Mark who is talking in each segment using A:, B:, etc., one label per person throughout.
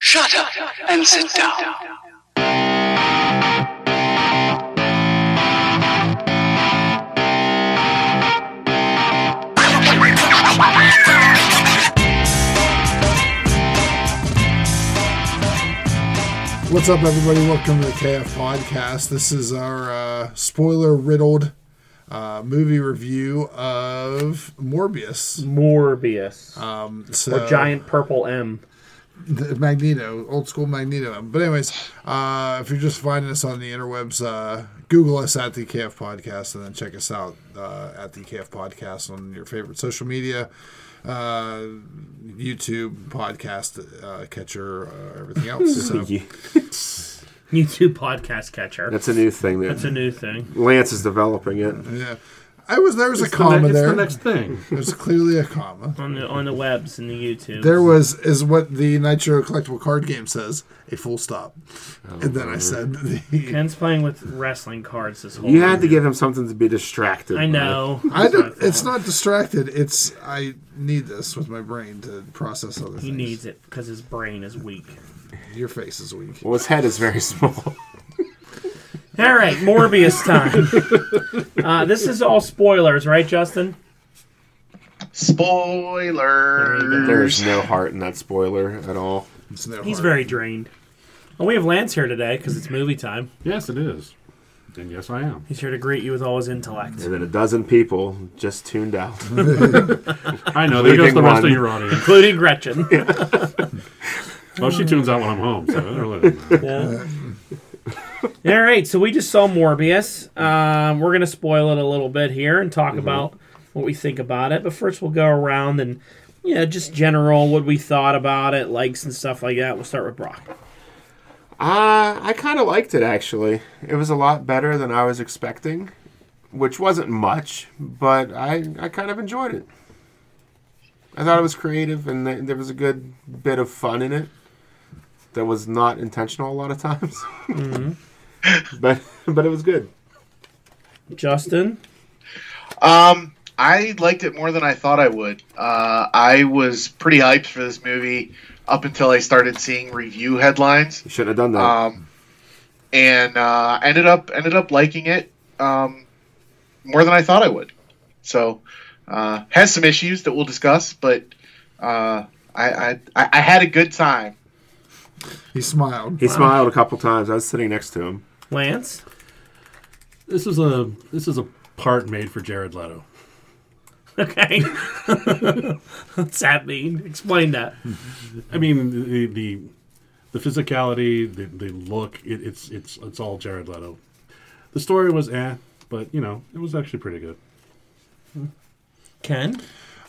A: Shut up and sit down.
B: What's up, everybody? Welcome to the KF Podcast. This is our uh, spoiler riddled uh, movie review of Morbius.
C: Morbius
B: Um, so
C: or giant purple M.
B: the Magneto, old school Magneto. But, anyways, uh, if you're just finding us on the interwebs, uh, Google us at the KF Podcast and then check us out uh, at the KF Podcast on your favorite social media. Uh, YouTube, podcast, uh, catcher, uh, everything else. So,
D: YouTube podcast catcher.
E: That's a new thing that
D: That's a new thing.
E: Lance is developing it.
B: yeah. I was, there was a
F: It's the
B: comma
F: ne-
B: there.
F: It's the next thing.
B: There's clearly a comma.
D: On the on the webs and the YouTube.
B: There was is what the Nitro collectible card game says, a full stop. and then I said the,
D: Ken's playing with wrestling cards this whole
E: You had to give him something to be distracted.
D: I
E: by.
D: know.
B: I don't
D: my
B: it's
D: fault.
B: not distracted, it's I need this with my brain to process other things.
D: He needs it because his brain is weak.
B: Your face is weak.
E: Well, his head is very small.
D: All right, Morbius time. uh, this is all spoilers, right, Justin?
E: there
A: Spoilers.
E: is no heart in that spoiler at all.
B: It's no
D: He's
B: hard.
D: very drained. Well, we have Lance here today because it's movie time.
F: yes, it is. And yes, I am.
D: He's here to greet you with all his intellect.
E: And then a dozen people just tuned out.
F: I know. There goes
E: Leaving
F: the rest
E: one.
F: of your audience.
D: Including Gretchen.
F: Well, she tunes out when I'm home, so it really doesn't matter.
D: Yeah. All right, so we just saw Morbius. Um, we're gonna spoil it a little bit here and talk about what we think about it. But first, we'll go around and you know just general what we thought about it, likes and stuff like that. We'll start with Brock.
E: Uh, I kind of liked it actually. It was a lot better than I was expecting, which wasn't much, but I, I kind of enjoyed it. I thought it was creative and th- there was a good bit of fun in it that was not intentional a lot of times.
D: Mm-hmm.
E: but but it was good.
D: Justin,
A: Um, I liked it more than I thought I would. Uh, I was pretty hyped for this movie up until I started seeing review headlines.
E: You shouldn't have done that.
A: um, and uh, ended up ended up liking it um, more than I thought I would. So uh, has some issues that we'll discuss, but uh, I, I I I had a good time.
B: He smiled.
E: he smiled a couple times. I was sitting next to him.
D: Lance,
F: This is a this is a part made for Jared Leto.
D: okay. What's that mean? Explain that.
F: I mean, the the, the physicality, the, the look, it, it's it's it's all Jared Leto. The story was eh, but you know, it was actually pretty good.
D: Ken,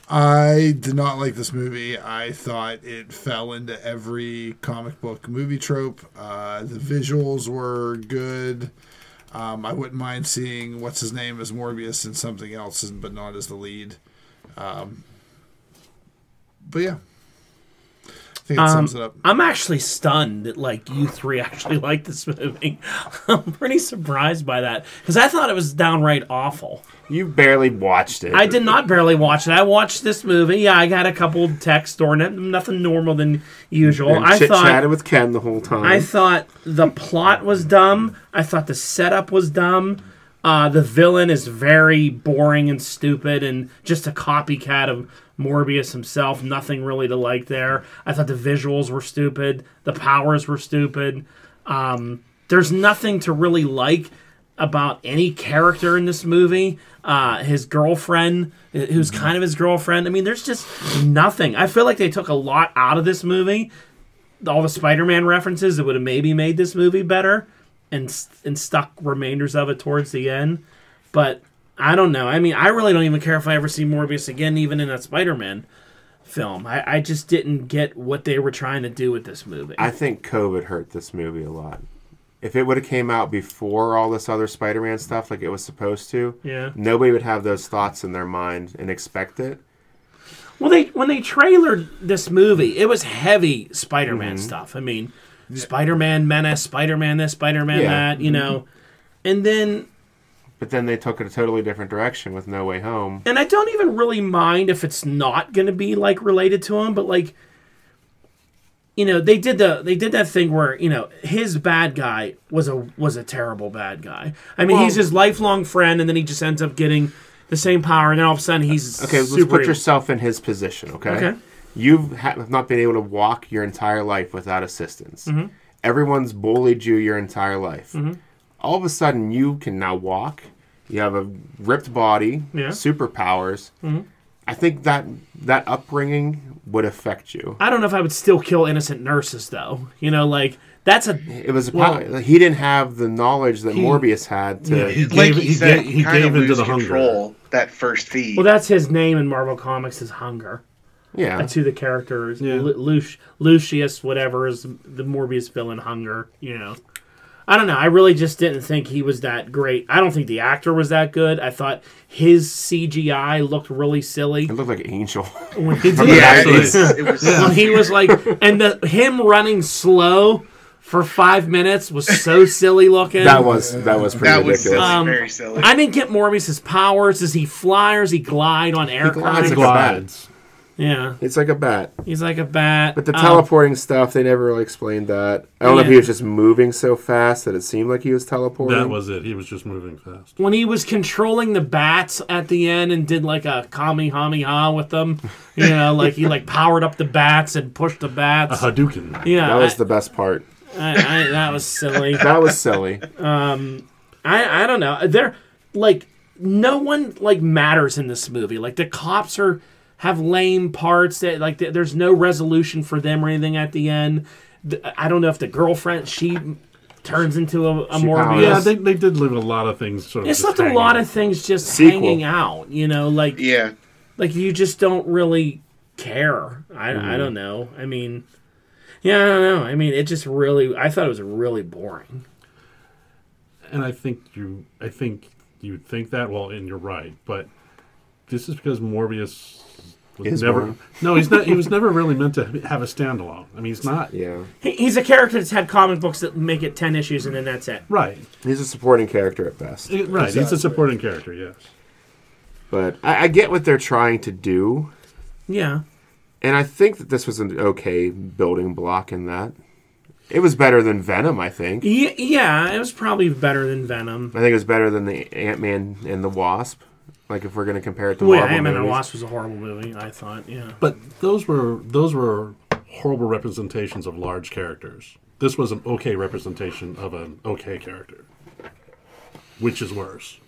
B: I did not like this movie. I thought it fell into every comic book movie trope. Uh, the visuals were good. Um, I wouldn't mind seeing what's his name as Morbius and something else, and- but not as the lead. Um, but yeah, I think it sums it up.
D: I'm actually stunned that like you three actually like this movie. I'm pretty surprised by that because I thought it was downright awful.
E: You barely watched it.
D: I did not barely watch it. I watched this movie. Yeah, I got a couple texts or n- nothing normal than usual.
E: And
D: I
E: chit
D: thought
E: chatted with Ken the whole time.
D: I thought the plot was dumb. I thought the setup was dumb. Uh, the villain is very boring and stupid and just a copycat of Morbius himself. Nothing really to like there. I thought the visuals were stupid. The powers were stupid. Um, there's nothing to really like about any character in this movie. Uh, his girlfriend, uh, who's kind of his girlfriend. I mean, there's just nothing. I feel like they took a lot out of this movie. All the Spider-Man references that would have maybe made this movie better, and s- and stuck remainders of it towards the end. But I don't know. I mean, I really don't even care if I ever see Morbius again, even in a Spider-Man film. I, I just didn't get what they were trying to do with this movie.
E: I think COVID hurt this movie a lot. If it would have came out before all this other Spider-Man stuff, like it was supposed to,
D: Yeah.
E: nobody would have those thoughts in their mind and expect it.
D: Well, they when they trailered this movie, it was heavy Spider-Man
E: Mm-hmm.
D: stuff. I mean, Spider-Man menace, Spider-Man this, Spider-Man
E: Yeah. Mm-hmm.
D: that, you know. And then,
E: But then they took it a totally different direction with No Way Home.
D: and I don't even really mind if it's not going to be like related to him, but like, you know they did the they did that thing where you know his bad guy was a was a terrible bad guy. I mean, he's his lifelong friend, and then he just ends up getting the same power, and then all of a sudden he's
E: Okay, let's
D: super
E: put
D: evil.
E: yourself in his position, okay?
D: Okay.
E: You've ha- have not been able to walk your entire life without assistance.
D: Mm-hmm.
E: Everyone's bullied you your entire life. All of a sudden, you can now walk. You have a ripped body,
D: Yeah. Mm-hmm.
E: superpowers. I think that that upbringing would affect you.
D: I don't know if I would still kill innocent nurses though. You know, like that's a
E: It was a
D: Well-
E: power- he didn't have the knowledge that Morbius had to.
F: Yeah, he
A: like
F: gave,
A: he,
F: he
A: said,
F: gave,
A: he,
F: he
A: kind
F: gave
A: of
F: into
A: loses
F: the hunger.
A: control that first feed.
D: well, that's his name in Marvel Comics is Hunger.
E: yeah.
D: That's who the character is.
F: Yeah.
D: Lu- Luc- Lucius, whatever, is the Morbius villain, Hunger, you know. I don't know. I really just didn't think he was that great. I don't think the actor was that good. I thought his CGI looked really silly.
E: It looked like an angel.
D: When he, did,
A: yeah,
F: Actually,
A: it's, it was.
D: when he was like, and the him running slow for five minutes was so silly looking.
E: that was that was pretty
A: That was silly,
E: ridiculous.
D: Um,
A: very silly.
D: I didn't get Morbius' powers. Does he fly or does he glide on
E: glides
D: aircraft?
E: like a bat.
F: Glides.
D: yeah,
E: it's like a bat.
D: he's like a bat.
E: But the
D: Um,
E: teleporting stuff, they never really explained that. I don't know if
D: Yeah.
E: he was just moving so fast that it seemed like he was teleporting.
F: That was it. He was just moving fast.
D: when he was controlling the bats at the end and did like a kamehameha with them, you know, like he like powered up the bats and pushed the
F: A
D: bats.
F: Hadouken.
D: Yeah,
E: Uh-huh. That was
D: I-
E: the best part.
D: I, I, that was silly.
E: That was silly.
D: I I don't know. They're like no one like matters in this movie. Like the cops are have lame parts that like th- there's no resolution for them or anything at the end. Th- I don't know if the girlfriend she turns into a, a
E: She
D: Morbius.
E: powers.
F: Yeah, they, they did leave a lot of things sort of.
D: it's
F: just
D: left a
F: hanging.
D: lot of things just
E: Sequel.
D: hanging out. You know, like
A: yeah,
D: like you just don't really care. I, I don't know. I mean, yeah, I don't know. I mean, it just really. I thought it was really boring.
F: and I think you, I think you think that. Well, and you're right, but this is because Morbius was
E: Is
F: never.
E: boring.
F: No, he's not. He was never really meant to have a standalone. I mean, he's not.
E: Yeah.
D: He, he's a character that's had comic books that make it ten issues and then that's it.
F: Right,
E: He's a supporting character at best.
F: It- right. He's a supporting character. Yes.
E: But I, I get what they're trying to do.
D: Yeah.
E: And I think that this was an okay building block in that. It was better than Venom, I think.
D: Ye- Yeah, it was probably better than Venom.
E: I think it was better than the Ant Man and the Wasp. Like if we're gonna compare it to
D: Well, yeah,
E: Marvel
D: Ant Man and the
E: movies.
D: Wasp was a horrible movie. I thought, yeah.
F: But those were those were horrible representations of large characters. This was an okay representation of an okay character, which is worse.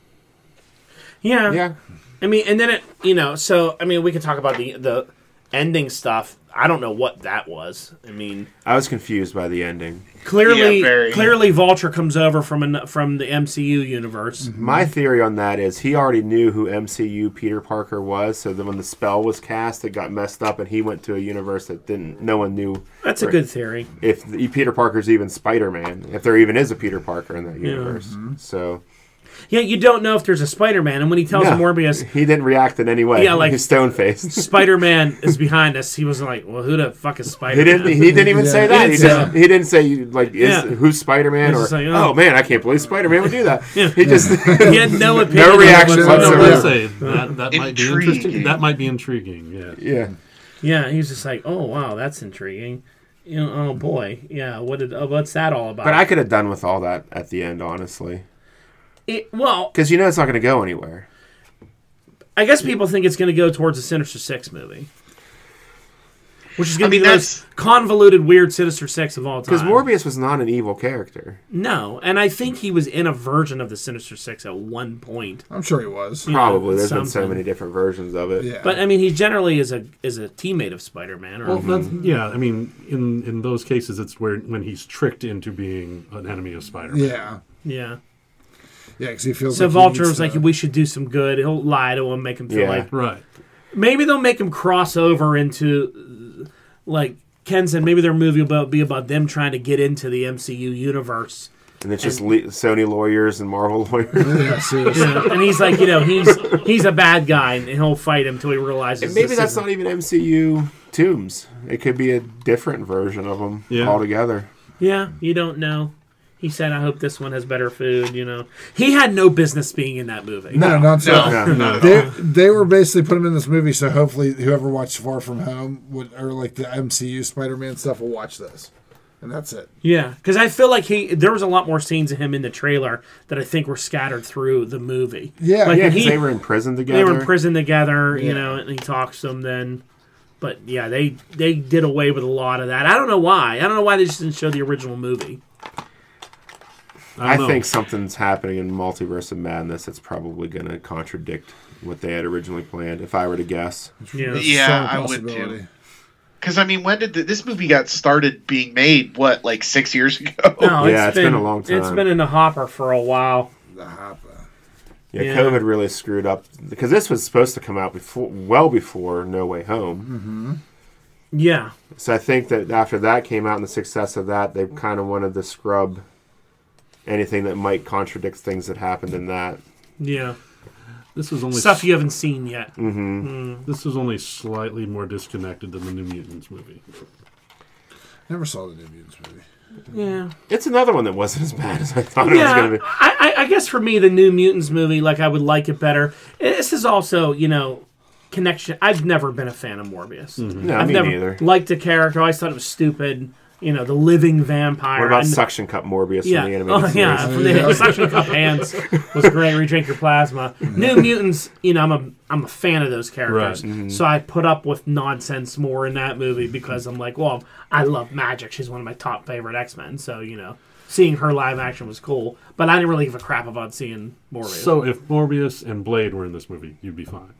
D: yeah,
E: Yeah.
D: I mean, and then it, you know, so I mean, we could talk about the the ending stuff. I don't know what that was. I mean,
E: I was confused by the ending.
D: clearly,
A: Yeah, very.
D: clearly, Vulture comes over from an, from the MCU universe.
E: My theory on that is he already knew who MCU Peter Parker was, so then when the spell was cast, it got messed up, and he went to a universe that didn't. No one knew
D: That's a good theory.
E: if the, Peter Parker's even Spider Man, if there even is a Peter Parker in that universe.
D: Mm-hmm.
E: So
D: Yeah, you don't know if there's a Spider Man, and when he tells
E: No,
D: Morbius,
E: he didn't react in any way.
D: Yeah, like-
E: he's stone faced.
D: Spider Man is behind us, he was like, "Well, who the fuck is
E: He
D: Spider
E: didn't.
D: Man?"
E: He didn't even
B: Yeah.
E: say that. He,
D: He didn't
E: just, he didn't say like, is,
D: uh, Yeah.
E: "Who's Spider Man?"
D: He's
E: Or,
D: just like,
E: "Oh
D: oh.
E: man, I can't believe Spider Man would do that." He just
D: He had no opinion. on
E: reaction
D: what's
E: But
F: But
D: going
F: no,
E: whatsoever.
D: on.
E: so-
F: let's say that, that might be interesting.
A: Intriguing.
F: That might be intriguing. Yeah.
E: yeah.
D: Yeah, he was just like, "Oh wow, that's intriguing." You know, oh boy, yeah. What did? Uh, what's that all about?
E: But I could have done with all that at the end, honestly,
D: It- well,
E: because you know it's not going to go anywhere.
D: I guess people think it's going to go towards the Sinister Six movie, which is going
A: I
D: to
A: mean,
D: be the most
A: that's-
D: convoluted, weird Sinister Six of all time.
E: Because Morbius was not an evil character.
D: no, and I think he was in a version of the Sinister Six at one point.
B: I'm sure he was.
E: Probably. There's been so
D: something.
E: many different versions of it.
B: Yeah.
D: But I mean, he generally is a is a teammate of Spider Man. Or
F: Well, that's, yeah. I mean, in in those cases, it's where when he's tricked into being an enemy of Spider-Man.
B: yeah.
D: yeah.
B: Yeah, because he feels
D: So
B: like he
D: Vulture
B: needs
D: was like,
B: to-
D: "We should do some good." He'll lie to him, make him feel
E: Yeah.
D: like
F: Right.
D: Maybe they'll make him cross over into, uh, like Ken said. Maybe their movie will be about them trying to get into the MCU universe.
E: And it's just le- Sony lawyers and Marvel lawyers.
B: Yeah, seriously.
D: and he's like, you know, he's he's a bad guy, and he'll fight him until he realizes.
E: and maybe
D: this
E: that's
D: isn't-
E: not even MCU tombs. It could be a different version of them
F: Yeah.
E: altogether.
D: Yeah, you don't know. He said, "I hope this one has better food." You know, he had no business being in that movie.
B: No, not so.
A: No,
E: no, not at
B: They, they were basically put him in this movie, so hopefully whoever watched Far From Home would, or like the MCU Spider-Man stuff will watch this, and that's it.
D: Yeah, because I feel like he there was a lot more scenes of him in the trailer that I think were scattered through the movie.
B: Yeah,
D: like
E: Yeah,
D: when
E: 'cause
D: he,
E: they were in prison together.
D: they were in prison together,
B: Yeah.
D: you know, and he talks to them then. But yeah, they they did away with a lot of that. I don't know why. I don't know why they just didn't show the original movie.
E: I,
F: don't know.
E: think something's happening in Multiverse of Madness that's probably going to contradict what they had originally planned, if I were to guess.
D: You know?
B: That's
A: Yeah,
B: still a
A: I would too.
B: possibility.
A: Because I mean, when did the, this movie got started being made? What, like six years ago?
D: No,
E: Yeah, it's been a long
D: It's
E: time.
D: been in the hopper for a while.
B: The Hopper.
E: Yeah,
D: Yeah.
E: COVID really screwed up because this was supposed to come out before, well before No Way Home.
D: Yeah,
E: So I think that after that came out and the success of that,
D: Mm-hmm.
E: they kind of wanted to scrub anything that might contradict things that happened in that.
D: yeah.
F: this is only
D: Stuff you haven't seen yet.
E: Mm.
F: this is only slightly more disconnected than the New Mutants movie.
B: Never saw the New Mutants movie.
D: Yeah.
E: It's another one that wasn't as bad as I thought it was
D: yeah,
E: going to be.
D: I, I, I guess for me, the New Mutants movie, like I would like it better. This is also, you know, connection. I've never been a fan of Morbius.
E: Mm-hmm. No,
D: I've
E: me
D: never
E: neither.
D: liked the character. I always thought it was stupid. You know, the living vampire.
E: What about
D: I kn-
E: Suction Cup Morbius
D: yeah.
E: from the
D: oh,
E: animated series?
D: yeah, from the suction cup hands was great. Redrink your plasma. New Mutants, you know, I'm a I'm a fan of those characters,
F: Right.
D: so I put up with nonsense more in that movie because I'm like, well, I love magic. She's one of my top favorite X Men, so you know, seeing her live action was cool. But I didn't really give a crap about seeing Morbius.
F: So if Morbius and Blade were in this movie, you'd be fine.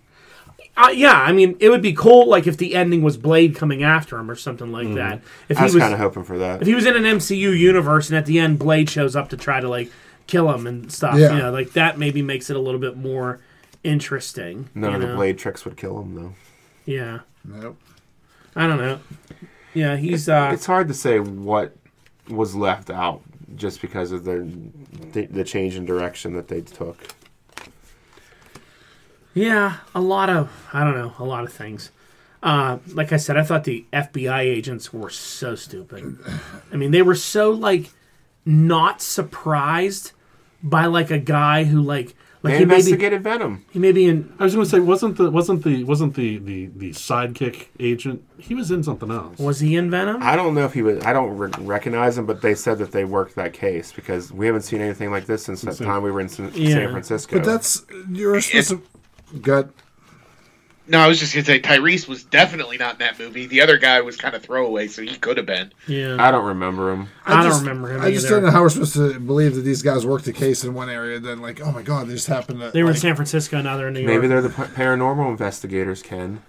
D: Uh, yeah, I mean, it would be cool like if the ending was Blade coming after him or something like that. If
E: I was,
D: he was
E: kind of hoping for that.
D: if he was in an MCU universe and at the end Blade shows up to try to like kill him and stuff,
B: Yeah.
D: you know, like that maybe makes it a little bit more interesting.
E: None
D: you
E: of the
D: know?
E: blade tricks would kill him, though.
D: Yeah.
B: Nope.
D: I don't know. Yeah, he's uh
E: It's hard to say what was left out just because of the the, the change in direction that they took.
D: yeah, a lot of I don't know, a lot of things. Uh, like I said, I thought the FBI agents were so stupid. I mean, they were so like not surprised by like a guy who like like
E: They
D: he maybe
E: investigated Venom.
D: he maybe in
F: I was going to say wasn't the wasn't the wasn't the, the the sidekick agent? He was in something else.
D: was he in Venom?
E: I don't know if he was. I don't re- recognize him, but they said that they worked that case because we haven't seen anything like this since that
F: San-
E: time we were in San,
D: Yeah.
E: San Francisco.
B: But that's you're supposed to. Good.
A: No, I was just gonna say Tyrese was definitely not in that movie. The other guy was kind of throwaway, so he could have been.
D: yeah.
E: I don't remember him.
D: I, don't
B: just-
D: remember him.
B: I just
D: either.
B: don't know how we're supposed to believe that these guys worked the case in one area, then like, oh my god, they just happened to.
D: They were in
B: like,
D: San Francisco, now they're in New York.
E: Maybe they're the pa- paranormal investigators, Ken.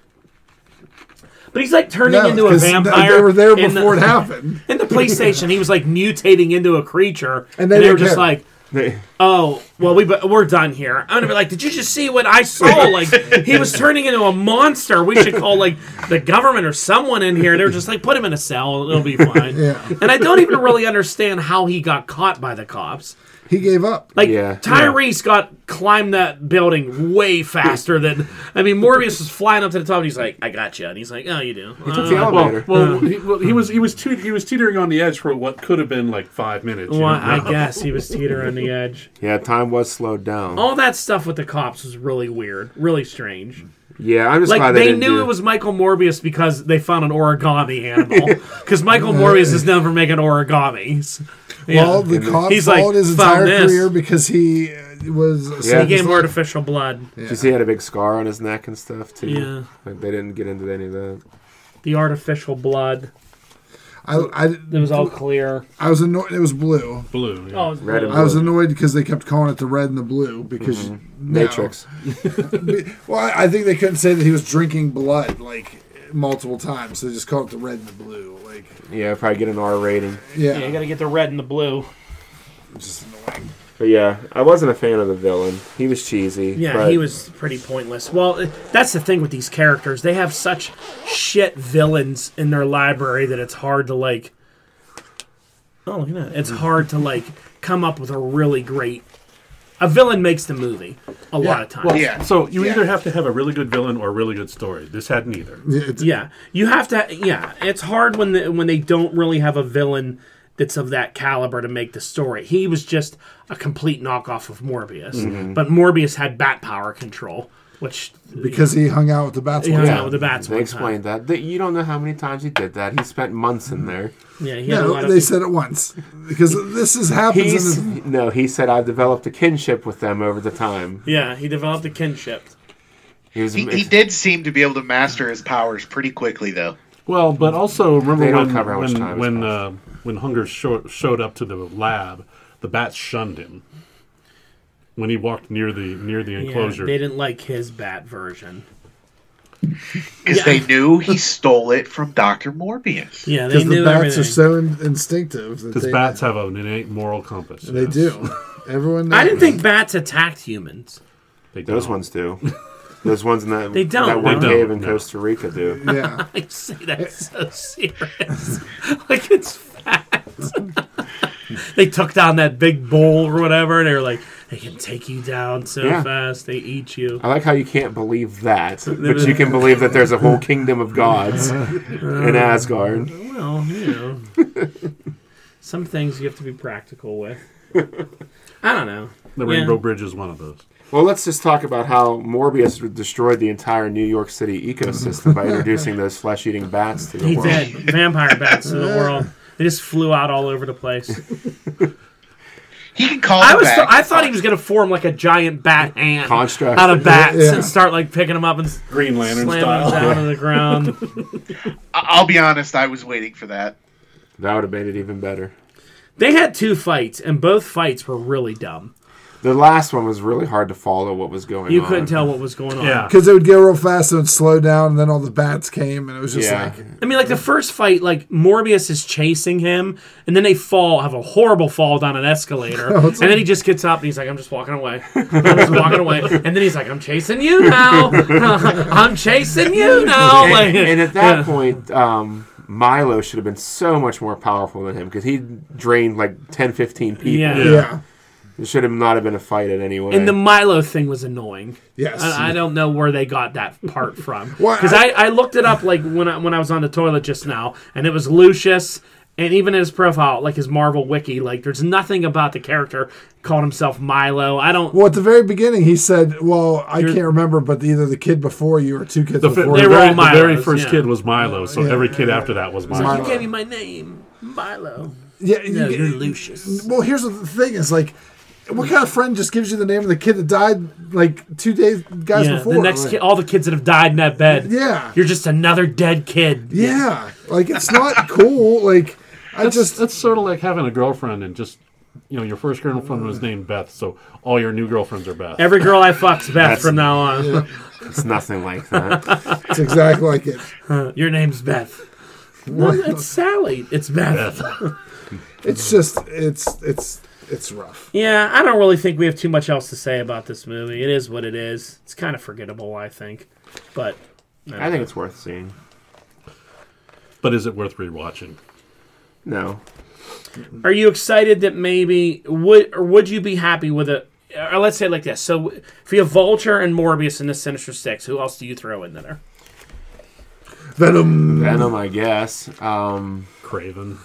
D: but he's like turning
B: No,
D: into a
B: 'cause th-
D: vampire.
B: They were there
D: in the-
B: before it happened.
D: In the police station, he was like mutating into a creature,
B: And
D: and,
B: they
D: they were
B: didn't
D: just
B: care.
D: like,
E: They,
D: "Oh, well, we but we're done here." I'm gonna be like, "Did you just see what I saw? Like, he was turning into a monster. We should call like the government or someone in here." They're just like, "Put him in a cell. It'll be fine."
B: Yeah.
D: And I don't even really understand how he got caught by the cops.
B: He gave up.
D: Like
E: Yeah.
D: Tyrese got climbed that building way faster than I mean Morbius was flying up to the top and he's like, I got you, and he's like, Oh, you do.
E: took the
D: Uh,
E: elevator.
F: Well, he, well, he was he was toot he was teetering on the edge for what could have been like five minutes. you
D: well,
F: know?
D: I guess he was teetering on the edge.
E: yeah, time was slowed down.
D: All that stuff with the cops was really weird, really strange.
E: yeah, I'm just glad
D: Like
E: they,
D: they,
E: didn't
D: knew
E: do-
D: it was Michael Morbius because they found an origami animal. Because Michael Morbius is known for making origamis. Yeah.
B: Well, the cop
D: He's like,
B: followed his
D: "Found
B: entire
D: this."
B: career because he uh, was.
E: Yeah.
D: he gave him artificial blood.
E: Did you see he had a big scar on his neck and stuff too?
D: Yeah.
E: Like, they didn't get into any of that.
D: The artificial blood.
B: I, I,
D: It was all clear.
B: I was annoyed. It was blue.
F: blue. Yeah.
D: Oh, it was
E: Red and
D: blood.
B: I was annoyed because they kept calling it the red and the blue because no.
E: Mm-hmm. Matrix.
B: Well, I- I think they couldn't say that he was drinking blood like multiple times. So they just called it the red and the blue. Like,
E: Yeah, probably get an R rating.
B: yeah,
D: Yeah, you got to get the red and the blue.
B: it's just annoying.
E: But yeah, I wasn't a fan of the villain. He was cheesy.
D: Yeah,
E: but
D: he was pretty pointless. Well, it- that's the thing with these characters. They have such shit villains in their library that it's hard to like Oh, look at that. It's hard to like come up with a really great a villain makes the movie a lot of times.
F: Well,
A: Yeah.
F: So you
A: Yeah.
F: either have to have a really good villain or a really good story. This had neither.
B: Yeah, it's-
D: Yeah, you have to. Yeah, it's hard when the, when they don't really have a villain that's of that caliber to make the story. He was just a complete knockoff of Morbius, but Morbius had bat power control, which
B: because he hung out with the bats.
D: Yeah.
B: one
D: with the bats
E: They
D: one
E: explained that. That you don't know how many times he did that. He spent months in there.
D: yeah, he had a lot
B: No,
D: of
B: they said it once because this is happens
E: He's,
B: in the
E: no, he said I've developed a kinship with them over the time.
D: yeah. He developed a kinship.
E: He was.
A: He, he did seem to be able to master his powers pretty quickly, though.
F: Well, but also remember
E: They don't
F: when
E: cover how much time has
F: when when, uh,
E: passed.
F: when Hunger sho- showed up to the lab, the bats shunned him when he walked near the near the
D: Yeah,
F: enclosure.
D: they didn't like his bat version.
A: Because they knew he stole it from Dr. Morbius.
D: Yeah, they
B: because the
D: knew
B: bats
D: everything.
B: are so in, instinctive that
F: because
B: they,
F: bats have an innate moral compass.
B: they
F: yes.
B: do. Everyone, knows.
D: I didn't think bats attacked humans.
F: They
E: Those
F: don't.
E: ones do. Those ones in that,
D: They don't,
E: that one
F: no.
E: cave in
F: No.
E: Costa Rica do.
B: Yeah,
D: I say that so serious. like it's fat. they took down that big bull or whatever, and they were like, they can take you down so
E: Yeah.
D: fast, they eat you.
E: I like how you can't believe that, but you can believe that there's a whole kingdom of gods in Asgard.
D: Well, you know. Some things you have to be practical with. I don't know.
F: The
D: Yeah.
F: Rainbow Bridge is one of those.
E: Well, let's just talk about how Morbius destroyed the entire New York City ecosystem by introducing those flesh-eating bats to the
D: He
E: world.
D: did. Vampire bats in the world. They just flew out all over the place.
A: He can call
D: I
A: them
D: was
A: back.
D: I thought he was gonna form like a giant bat hand
E: Construct.
D: out of bats
B: Yeah.
D: and start like picking them up and s-
F: Green Lantern
D: slamming them down to the ground.
A: I- I'll be honest, I was waiting for that.
E: That would have made it even better.
D: They had two fights, and both fights were really dumb.
E: The last one was really hard to follow what was going
D: You
E: on.
D: couldn't tell what was going on.
F: Yeah.
B: because it would go real fast and it'd slow down, and then all the bats came, and it was just
E: Yeah.
B: like
D: I mean, like the first fight, like Morbius is chasing him, and then they fall, have a horrible fall down an escalator,
F: Oh,
D: and then he just gets up and he's like, "I'm just walking away, I'm just walking away," and then heell." he's like, "I'm chasing you now, I'm chasing you now." Like,
E: And, and at that point, um, Milo should have been so much more powerful than him because he drained like 10, 15 people.
D: yeah.
B: yeah,
E: It should have not have been a fight in any way.
D: And the Milo thing was annoying.
B: yes.
D: I, I don't know where they got that part from
B: Well,
D: because I, I looked it up like when I, when I was on the toilet just now, and it was Lucius, and even his profile, like his Marvel wiki, like there's nothing about the character called himself Milo. I don't.
B: well, at the very beginning, he said, "Well, I can't remember, but either the kid before you or two kids
F: The,
B: before."
F: the
D: They
B: you.
D: were
F: very,
D: all
F: the very
D: Milos,
F: first
D: yeah.
F: kid was Milo, so
B: Yeah.
F: every kid after that was Milo.
D: you gave me my name, Milo.
B: yeah, you
D: No,
B: get-
D: you're Lucius.
B: Well, here's the thing: is like, what kind of friend just gives you the name of the kid that died like two days guys
D: Yeah,
B: before?
D: the next
B: Like,
D: kid, all the kids that have died in that bed.
B: Yeah.
D: you're just another dead kid.
B: yeah, like it's not cool. Like I
F: That's,
B: just
F: that's sort of like having a girlfriend and just you know your first girlfriend was named Beth, so all your new girlfriends are Beth.
D: Every girl I fuck's Beth from now on.
E: it's nothing like that.
B: it's exactly like it.
D: Your name's Beth. No, it's Sally. It's Beth.
B: It's just it's it's it's rough.
D: Yeah, I don't really think we have too much else to say about this movie. It is what it is. It's kind of forgettable, I think. But
E: I think it's worth seeing.
F: But is it worth rewatching?
E: No.
D: are you excited that maybe would or would you be happy with a or let's say it like this. So if you have Vulture and Morbius in the Sinister Six, who else do you throw in there?
B: Venom.
E: Venom, I guess. Um,
F: Craven.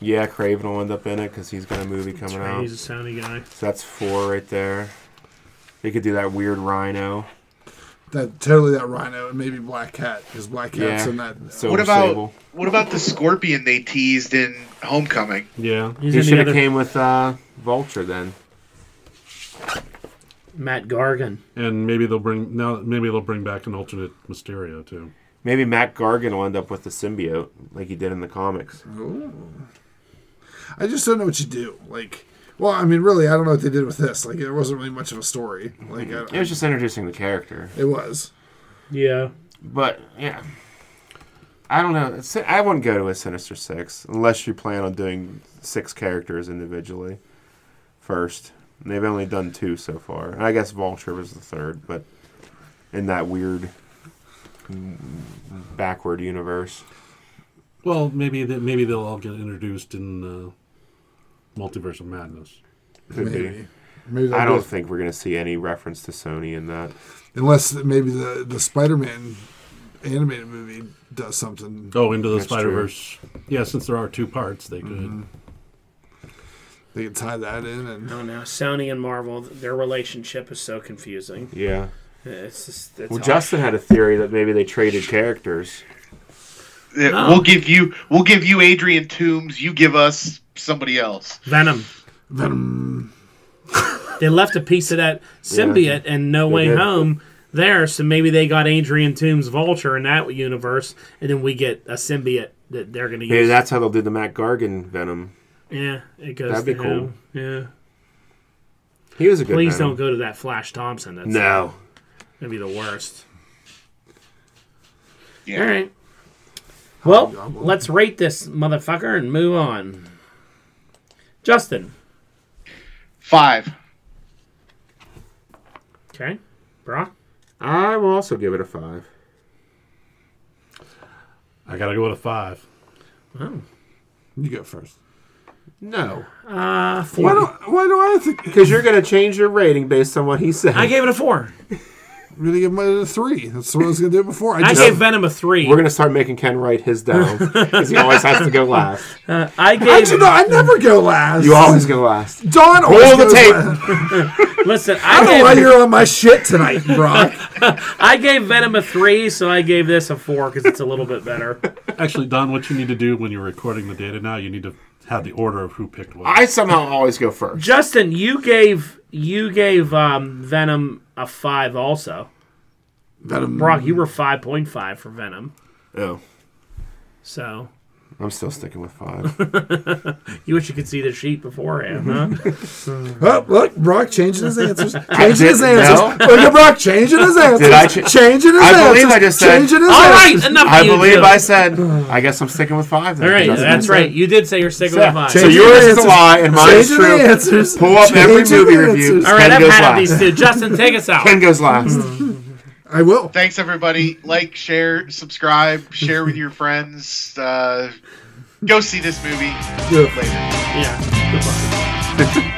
E: yeah, Craven will end up in it because he's got a movie coming out.
D: He's a soundy guy.
E: So that's four right there. They could do that weird rhino.
B: That totally that rhino and maybe black cat because black cat's
E: Yeah.
B: in that.
E: Silver
A: What about
E: Sable.
A: what about the scorpion they teased in Homecoming?
F: Yeah.
D: He's
E: He
D: in the
E: should have
D: other
E: came with uh, Vulture then.
D: Matt Gargan.
F: And maybe they'll bring now maybe they'll bring back an alternate Mysterio too.
E: Maybe Matt Gargan will end up with the symbiote like he did in the comics.
B: I just don't know what you do. Like, well, I mean, really, I don't know what they did with this. Like, there wasn't really much of a story. Like, I,
E: It was just introducing the character.
B: it was.
D: Yeah.
E: But yeah, I don't know. It's- I wouldn't go to a Sinister Six unless you plan on doing six characters individually first. And they've only done two so far. And I guess Vulture was the third, but in that weird mm, backward universe.
F: Well, maybe that maybe they'll all get introduced in uh, Multiverse of Madness.
E: Could
B: Maybe.
E: be.
B: Maybe
E: I
B: they'll
E: don't
B: do-
E: think we're going to see any reference to Sony in that.
B: unless maybe the the Spider-Man animated movie does something.
F: Oh, into the
E: That's true. Mm-hmm.
F: Spider Verse. Yeah, since there are two parts, they could.
B: They can tie that in and
D: Oh no, Sony and Marvel, their relationship is so confusing.
E: Yeah.
D: It's just it's
E: Well,
D: hard.
E: Justin had a theory that maybe they traded characters.
A: Yeah,
D: No.
A: We'll give you we'll give you Adrian Toombs. You give us somebody else.
D: Venom. Venom. they left a piece of that symbiote and No Way
E: did.
D: Home there, so maybe they got Adrian Toombs Vulture in that universe, and then we get a symbiote that they're going to
E: Maybe
D: use.
E: that's how they'll do the Matt Gargan Venom.
D: yeah, it goes.
E: That'd be
D: to
E: cool.
D: him. Yeah.
E: He was a good.
D: Please
E: Venom.
D: don't go to that Flash Thompson. That's
E: No.
D: gonna be the worst.
A: Yeah.
D: All right. Well, let's rate this motherfucker and move on. Justin.
A: Five.
D: Okay. Brock.
E: I will also give it a five.
F: I gotta go with a five.
B: you go first.
E: No.
D: Uh,
B: Why do
D: four.
B: why do I think
E: Because you're going to change your rating based on what he said.
D: I gave it a four.
B: I'm gonna give mine a three? That's what I was gonna do before. I
D: I
B: just
D: gave Venom a three.
E: We're going to start making Ken write his down because he always has to go last.
D: I
B: I,
D: gave.
B: don't know, I never go last.
E: You always go last.
B: Don always
E: Roll the
B: goes
E: tape.
B: last.
D: listen,
B: I don't know
D: I
B: why
D: gave,
B: you're on my shit tonight, Brock.
D: I gave Venom a three, so I gave this a four because it's a little bit better.
F: Actually, Don, what you need to do when you're recording the data now, you need to have the order of who picked what.
E: I somehow always go first.
D: Justin, you gave you gave um, Venom a five also.
B: Venom.
D: Brock, you were five point five for Venom,
E: Oh,
D: so
E: I'm still sticking with five.
D: you wish you could see the sheet beforehand, huh?
B: Oh, look, Brock changing his answers.
E: I
B: Changing his
E: didn't
B: answers.
E: know.
B: Look at Brock changing his answers.
E: I cha-
B: changing his
E: I
B: answers.
E: believe I just said-
B: Changing his
D: All right,
B: answers.
D: enough.
E: I
D: of you
E: believe
D: two.
E: I said. I guess I'm sticking with five. Then,
D: All right,
E: 'cause
D: that's
E: what I
D: right. You did say you're sticking
E: said.
D: with mine.
E: So
B: Changing
E: yours is a
B: answers.
E: lie and mine is
B: Changing the
E: true.
B: answers.
E: Pull up every
B: Changing
E: movie
B: the
E: review.
B: answers.
D: All right,
E: Ken
D: I've
E: goes
D: had
E: last.
D: these two. Justin, take us out.
E: Ken goes last.
B: I will.
A: Thanks everybody. Like, share, subscribe, share with your friends. Uh, go see this movie
B: Yeah.
A: later.
D: Yeah. Goodbye.